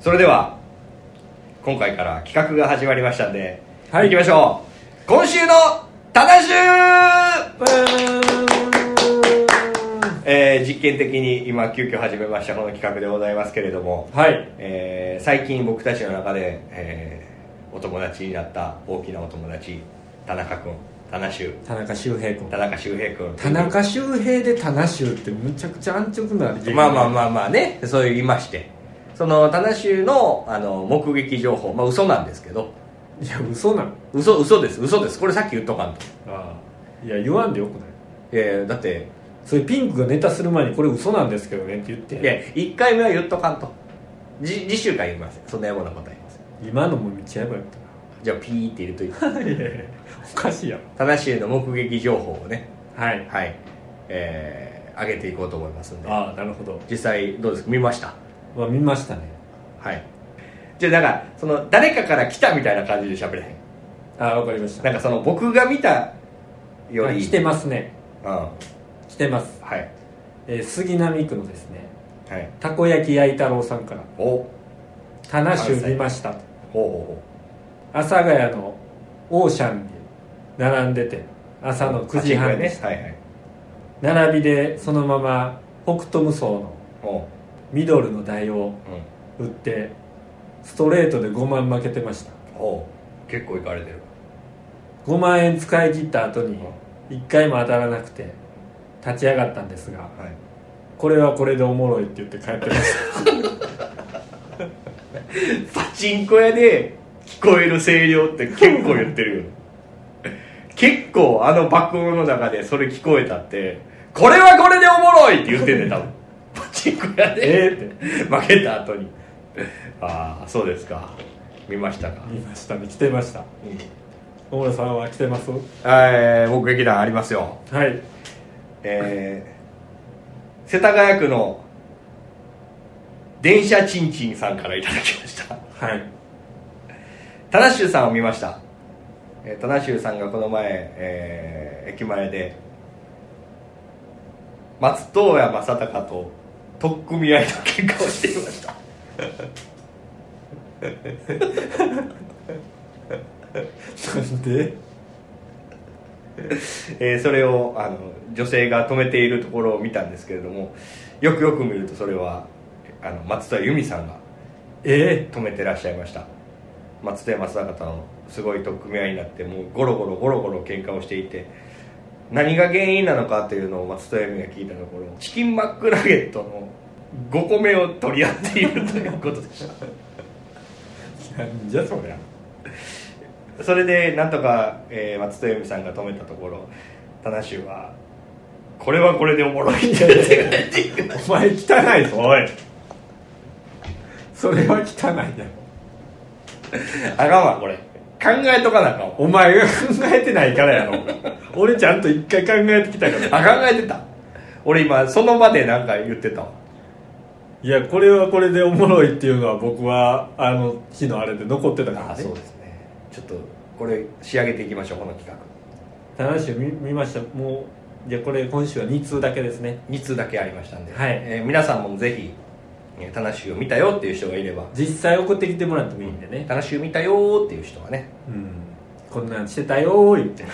Speaker 1: それでは今回から企画が始まりましたんで、
Speaker 2: はい
Speaker 1: 行きましょう今週の「ただしゅーえー実験的に今急遽始めましたこの企画でございますけれども、
Speaker 2: はい
Speaker 1: えー最近僕たちの中で、えーお友達になった大きなお友達田中君田中修
Speaker 2: 田中修平君
Speaker 1: 田中修平君
Speaker 2: 田中修平で田中修ってむちゃくちゃ安直な
Speaker 1: まあまあ
Speaker 2: あ
Speaker 1: まあまあねそう言いましてその田中修のあの目撃情報まあ嘘なんですけど
Speaker 2: いや嘘なの
Speaker 1: 嘘嘘です嘘ですこれさっき言っとかんと
Speaker 2: ああいや言わんでよくない
Speaker 1: えだって
Speaker 2: それピンクがネタする前にこれ嘘なんですけどねって言って
Speaker 1: いや1回目は言っとかんとじ次週から言いませんそんなようなことは言いません
Speaker 2: 今のも見ちゃえばよかっ
Speaker 1: じゃあピーって入れといて
Speaker 2: たないやいやおかしいやろ
Speaker 1: 田中修の目撃情報をね
Speaker 2: はい
Speaker 1: はいえー、上げていこうと思いますんで
Speaker 2: ああなるほど、
Speaker 1: 実際どうですか見ました
Speaker 2: まあ、見ましたね
Speaker 1: はいじゃあなんかその誰かから来たみたいな感じで喋れへん
Speaker 2: ああわかりました
Speaker 1: なんかその僕が見たより
Speaker 2: 来てますね
Speaker 1: うんは
Speaker 2: 来てます、
Speaker 1: い
Speaker 2: えー杉並区のですね
Speaker 1: はい
Speaker 2: たこ焼き焼い太郎さんから
Speaker 1: おほ
Speaker 2: 「田中州見ましたと
Speaker 1: うほ」
Speaker 2: 阿佐ヶ谷のオーシャンに並んでて朝
Speaker 1: うほ
Speaker 2: の
Speaker 1: う
Speaker 2: 9時半
Speaker 1: ね
Speaker 2: でした、
Speaker 1: はいはい
Speaker 2: 並びでそのまま北斗無双の
Speaker 1: おう
Speaker 2: ミドルの台を
Speaker 1: うん
Speaker 2: 打ってストレートで5万負けてました
Speaker 1: おう結構いかれてる
Speaker 2: 5万円使い切った後に1回も当たらなくて立ち上がったんですが
Speaker 1: はい
Speaker 2: これはこれでおもろいって言って帰ってました
Speaker 1: パチンコ屋で聞こえる声量って結構言ってるよ <laughs> 結構あの爆音の中でそれ聞こえたってこれはこれでおもろいって言ってんねん <laughs> 多分パチンコ屋
Speaker 2: え
Speaker 1: で
Speaker 2: えって
Speaker 1: 負けた後にああそうですか見ましたか、
Speaker 2: 見ましたね来てました小村さんは来てますは
Speaker 1: えー、目撃談ありますよ
Speaker 2: い
Speaker 1: えー、世田谷区の電車ちんちんさんからいただきました
Speaker 2: はい
Speaker 1: タナシューさんを見ました、えー、タナシューさんがこの前、えー駅前で松任谷正隆と取っ組み合いの喧嘩をしていました
Speaker 2: なんで
Speaker 1: えーそれをあの女性が止めているところを見たんですけれどもよくよく見るとそれはあの松任谷由実さんが
Speaker 2: え
Speaker 1: 止めてらっしゃいました松任谷正隆とのすごい取っ組み合いになってもうゴロゴロゴロゴロ喧嘩をしていて何が原因なのかというのを松任谷由実が聞いたところチキンマックナゲットの5個目を取り合っているということでした <laughs>
Speaker 2: ー、なんじゃそりゃ
Speaker 1: それでなんとか、えー松任谷由実さんが止めたところ田中氏は「これはこれでおもろい」って言 <laughs> って帰っていく
Speaker 2: お前汚いぞおいそれは汚いやろ
Speaker 1: あかんわこれ考えとかなあかんわ
Speaker 2: お前が考えてないからやろ俺ちゃんと一回考えてきたから
Speaker 1: あ考えてた俺今その場でなんか言ってたわ
Speaker 2: いやこれはこれでおもろいっていうのは僕はあの日のあれで残ってたから、ね、
Speaker 1: あそうですねちょっとこれ仕上げていきましょうこの企
Speaker 2: 棚橋見見ましたもうじゃあこれ今週は2通だけですね
Speaker 1: 画2通だけありましたんで、
Speaker 2: はい
Speaker 1: えー皆さんもぜひね「タナシューを見たよ」っていう人がいれば
Speaker 2: 実際送ってきてもらってもいいんで
Speaker 1: 「
Speaker 2: ね、
Speaker 1: タナシュー見たよ」っていう人はね
Speaker 2: うん、こんなんしてたよーいみたい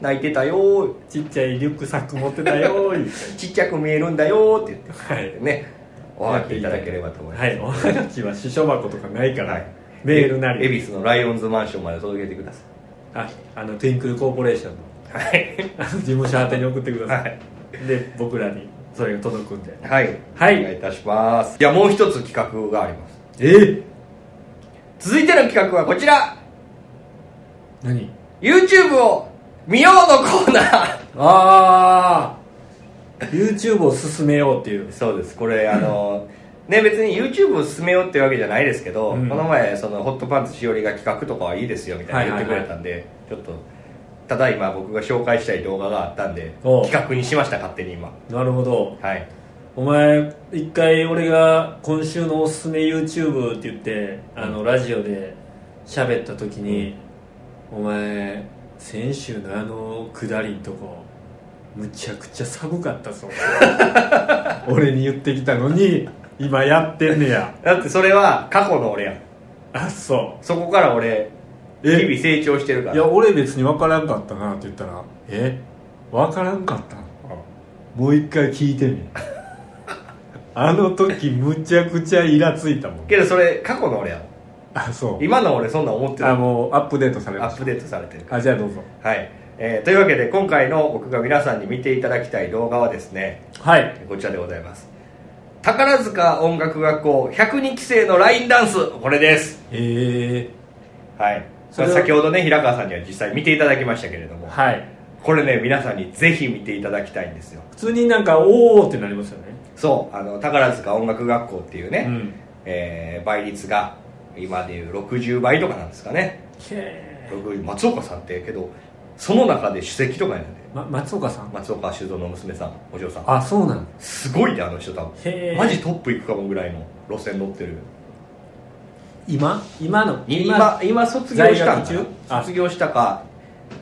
Speaker 2: な
Speaker 1: 「泣いてたよ」
Speaker 2: ちっちゃいリュックサック持ってたよーいみたい
Speaker 1: 「ちっちゃく見えるんだよ」って言
Speaker 2: なはい
Speaker 1: ってねおはがきいただければと思います、
Speaker 2: はいおはがきは支書箱とかないから、
Speaker 1: はい
Speaker 2: メールなり
Speaker 1: 恵比寿のライオンズマンションまで届けてくださ
Speaker 2: ああのトゥインクルコーポレーションの
Speaker 1: いはい
Speaker 2: あの事務所宛てに送ってください、
Speaker 1: はい
Speaker 2: で僕らにそれが届くんで
Speaker 1: はい、
Speaker 2: はい
Speaker 1: お願いいたしますじゃあもう一つ企画があります
Speaker 2: え
Speaker 1: 続いての企画はこちら
Speaker 2: 何
Speaker 1: YouTube を見ようのコーナー
Speaker 2: ああ YouTube を進めようっていう
Speaker 1: そうですこれあのね別に YouTube を進めようってわけじゃないですけど、
Speaker 2: うん
Speaker 1: この前そのホットパンツしおりが企画とかはいいですよみたいな言ってくれたんで、ちょっとただ今僕が紹介したい動画があったんで
Speaker 2: おう
Speaker 1: 企画にしました勝手に今
Speaker 2: なるほど
Speaker 1: はい
Speaker 2: お前一回俺が今週のおすすめ YouTube って言ってあのラジオで喋った時に、お前先週のあの下りんとこむちゃくちゃ寒かったぞ <laughs> 俺に言ってきたのに今やってんねや
Speaker 1: だってそれは過去の俺やん
Speaker 2: <laughs> あそ
Speaker 1: そこから俺日
Speaker 2: え
Speaker 1: 々成長してるか
Speaker 2: う
Speaker 1: ら
Speaker 2: いや俺別に分からんかったなって言ったら「え分からんかったもう一回聞い <laughs> てみ」あの時むちゃくちゃイラついたもん
Speaker 1: けどそれ過去の俺やん
Speaker 2: あそう
Speaker 1: 今の俺そんなん思ってない
Speaker 2: あ
Speaker 1: ア
Speaker 2: もうアップデートされま
Speaker 1: ッ
Speaker 2: し
Speaker 1: プデートされてる
Speaker 2: たあじゃあどうぞ
Speaker 1: はい、えーというわけで今回の僕が皆さんに見ていただきたい動画はですね
Speaker 2: はい
Speaker 1: こちらでございます宝塚音楽学校102期生のラインダンスこれです
Speaker 2: え
Speaker 1: はい
Speaker 2: それは
Speaker 1: 先ほどね平川さんには実際見ていただきましたけれど
Speaker 2: ー、
Speaker 1: も
Speaker 2: はい
Speaker 1: これね皆さんにぜひ見ていただきたいんですよ
Speaker 2: 普通になんかおおってなりますよね
Speaker 1: そうあの宝塚音楽学校っていうね、
Speaker 2: うん
Speaker 1: えー倍率が今でいう60倍とかなんですかね
Speaker 2: へえ、
Speaker 1: 60松岡さんってけどその中で首席とかやねんで
Speaker 2: ま、松岡さん
Speaker 1: 松岡修造の娘さんお嬢さん
Speaker 2: あそうなん
Speaker 1: すごいねあの人多分
Speaker 2: へえ
Speaker 1: マジトップいくかもぐらいの路線乗ってる
Speaker 2: 今今の
Speaker 1: 今今卒業したんか
Speaker 2: 在学中
Speaker 1: な
Speaker 2: あ
Speaker 1: 卒業したか、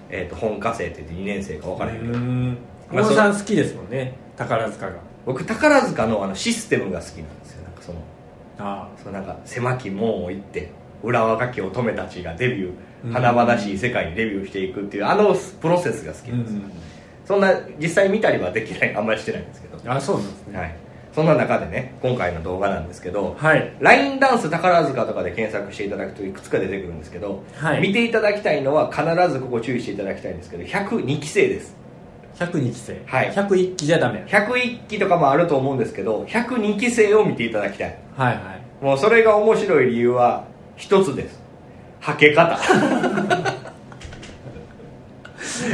Speaker 1: えー、と本科生って言って2年生か分からへんけど、
Speaker 2: ん
Speaker 1: まあ
Speaker 2: 小野さん好きですもんね宝塚が
Speaker 1: 僕宝塚のあのシステムが好きなんですよなんかその
Speaker 2: あ
Speaker 1: そのなんか狭き門を行って裏若き乙女たちがデビュ
Speaker 2: う
Speaker 1: ー
Speaker 2: ん
Speaker 1: 華々しい世界にデビューしていくっていうあのプロセスが好き
Speaker 2: あ
Speaker 1: なんですよ、そんな実際見たりはできないあんまりしてないんですけど、
Speaker 2: あそうなんですね
Speaker 1: はい、そんな中でね今回の動画なんですけど、
Speaker 2: はい
Speaker 1: ラインダンス宝塚とかで検索していただくといくつか出てくるんですけど、
Speaker 2: はい
Speaker 1: 見ていただきたいのは必ずここ注意していただきたいんですけど102期生です
Speaker 2: 102期生、
Speaker 1: はい
Speaker 2: 101期じゃダメ
Speaker 1: 101期とかもあると思うんですけど102期生を見ていただきたい
Speaker 2: はいはい
Speaker 1: もうそれが面白い理由は一つですは
Speaker 2: <laughs>
Speaker 1: け方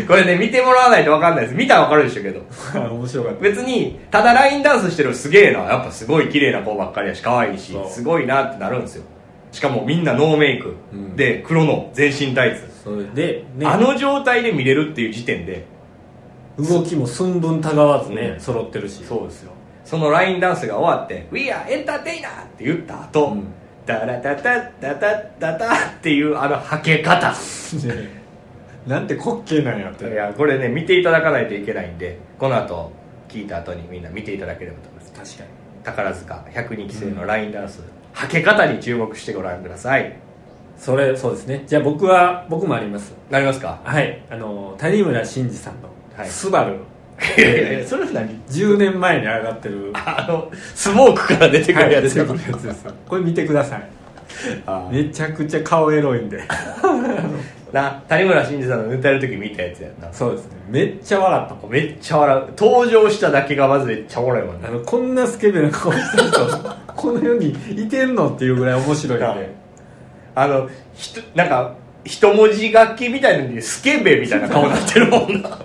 Speaker 1: これね見てもらわないと分かんないです見たら分かるでしょうけど
Speaker 2: <laughs> 面白かった
Speaker 1: 別にただラインダンスしてるすげえなやっぱすごい綺麗な子ばっかりやし可愛いし
Speaker 2: そう
Speaker 1: すごいなってなるんですよしかもみんなノーメイク、
Speaker 2: うん
Speaker 1: で黒の全身タイツ、
Speaker 2: それで、ね、
Speaker 1: あの状態で見れるっていう時点で
Speaker 2: 動きも寸分たがわずね、
Speaker 1: うん
Speaker 2: 揃ってるしそうですよ
Speaker 1: そのラインダンスが終わって「We are entertainer!」って言った後、
Speaker 2: うん
Speaker 1: ダラダダダダダダっていうあのはけ方
Speaker 2: <laughs> ねなんて滑稽なんやっ
Speaker 1: い
Speaker 2: て
Speaker 1: やこれね見ていただかないといけないんでこの後聞いた後にみんな見ていただければと思います
Speaker 2: 確かに
Speaker 1: 宝塚102期生のラインダンス、はけ方に注目してご覧ください
Speaker 2: それそうですねじゃあ僕は僕もあります
Speaker 1: なりますか
Speaker 2: はいあの谷村新司さんの
Speaker 1: は
Speaker 2: 「
Speaker 1: い
Speaker 2: スバル、
Speaker 1: いやいやそれ何
Speaker 2: 10年前に上がってる
Speaker 1: あのスモークから出てくるやつ
Speaker 2: はい出てくるやつですこれ見てください
Speaker 1: <laughs> あー
Speaker 2: めちゃくちゃ顔エロいんで
Speaker 1: な谷村新司さんのネタやる時見たやつやんな
Speaker 2: そうですねめっちゃ笑ったもん
Speaker 1: めっちゃ笑う登場しただけがまずめっちゃおもろいもん
Speaker 2: あ
Speaker 1: ね
Speaker 2: のこんなスケベな顔してる人 <laughs> この世にいてんのっていうぐらい面白いん
Speaker 1: はい
Speaker 2: で
Speaker 1: あのひとなんか一文字楽器みたいなのにスケベみたいな顔になってるもんな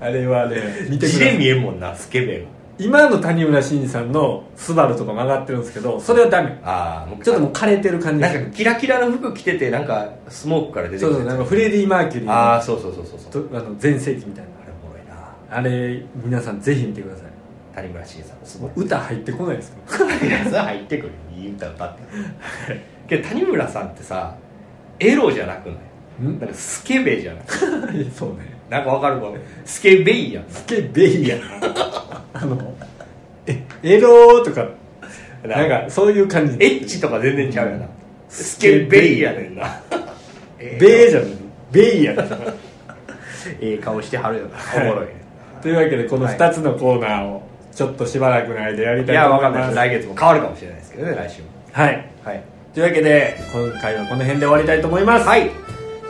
Speaker 2: あれはね見て
Speaker 1: 字
Speaker 2: くださ
Speaker 1: で見
Speaker 2: い
Speaker 1: えんもんなスケベ
Speaker 2: 今の谷村新司さんの「スバルとかも上がってるんですけどそれはダメ
Speaker 1: がああもう
Speaker 2: ちょっともう枯れてる感じ
Speaker 1: な
Speaker 2: が
Speaker 1: ん <laughs>
Speaker 2: す
Speaker 1: か
Speaker 2: る
Speaker 1: キラキラの服着ててなんかスモークから出て
Speaker 2: そうそうなんかフレディ・マーキュリーの
Speaker 1: ああそうそうそうそうそう
Speaker 2: とあの全盛期みたいな
Speaker 1: あれおもろいな
Speaker 2: あれ皆さんぜひ見てください
Speaker 1: 谷村新司さんのすごい
Speaker 2: 歌入ってこない
Speaker 1: <laughs>
Speaker 2: ですか
Speaker 1: いやそれ入ってくるいい歌歌ってけど谷村さんってさエロじゃなくない
Speaker 2: ん
Speaker 1: なんかスケベじゃない
Speaker 2: そうね
Speaker 1: なんかわかるかスケベイやん
Speaker 2: <laughs> スケベイやなあのえエローとか
Speaker 1: な
Speaker 2: なんかそういう感じ
Speaker 1: エッチとか全然ちゃうやなスケベイやねんな <laughs> え
Speaker 2: ベーじゃんベイやん
Speaker 1: ええ顔してはるよなおもろい <laughs> ね
Speaker 2: というわけでこの2つのコーナーをちょっとしばらくの間やり
Speaker 1: い
Speaker 2: たい
Speaker 1: や
Speaker 2: と
Speaker 1: わ
Speaker 2: 思
Speaker 1: か
Speaker 2: い
Speaker 1: んない
Speaker 2: ま
Speaker 1: ですす来月も変わるかもしれないですけどね来週も
Speaker 2: はい
Speaker 1: はい
Speaker 2: というわけで今回はこの辺で終わりたいと思います、
Speaker 1: はい、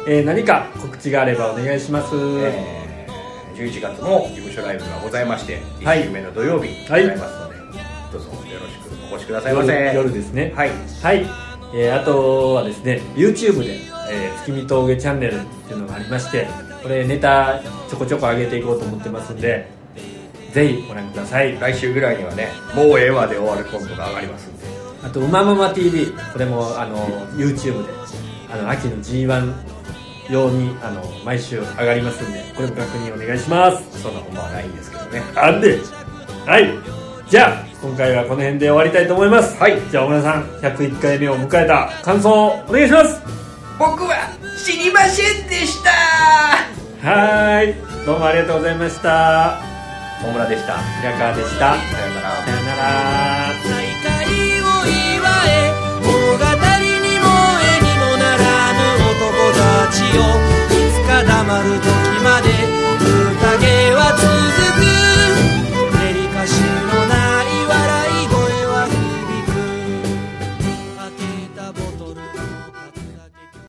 Speaker 2: えー何か告知があればお願いします、
Speaker 1: えー、11月も事務所ライブがございまして
Speaker 2: はい
Speaker 1: 1週目の土曜日ご
Speaker 2: は
Speaker 1: ざ
Speaker 2: い
Speaker 1: いますので、どうぞよろしくお越しくださいませ
Speaker 2: 夜夜ですね
Speaker 1: はい
Speaker 2: はい、えーあとはですね YouTube で、えー月見峠チャンネルっていうのがありましてこれネタちょこちょこ上げていこうと思ってますんでぜひご覧ください
Speaker 1: 来週ぐらいにはねもうええわで終わるコントが上がりますんで
Speaker 2: あと「うまママ TV」これもあの YouTube であの秋の G1 用にあの毎週上がりますんでこれも確認お願いします
Speaker 1: そんなほんまはないんですけどね
Speaker 2: あんではいじゃあ今回はこの辺で終わりたいと思います、
Speaker 1: はい
Speaker 2: じゃあ小村さん101回目を迎えた感想をお願いします
Speaker 1: 僕は知りませんでした
Speaker 2: はーいどうもありがとうございました
Speaker 1: 大村でしたさ
Speaker 2: 平川でした
Speaker 1: よなら
Speaker 2: さよなら
Speaker 3: 再会を祝え物語にも絵にもならぬ男たちをいつか黙る時まで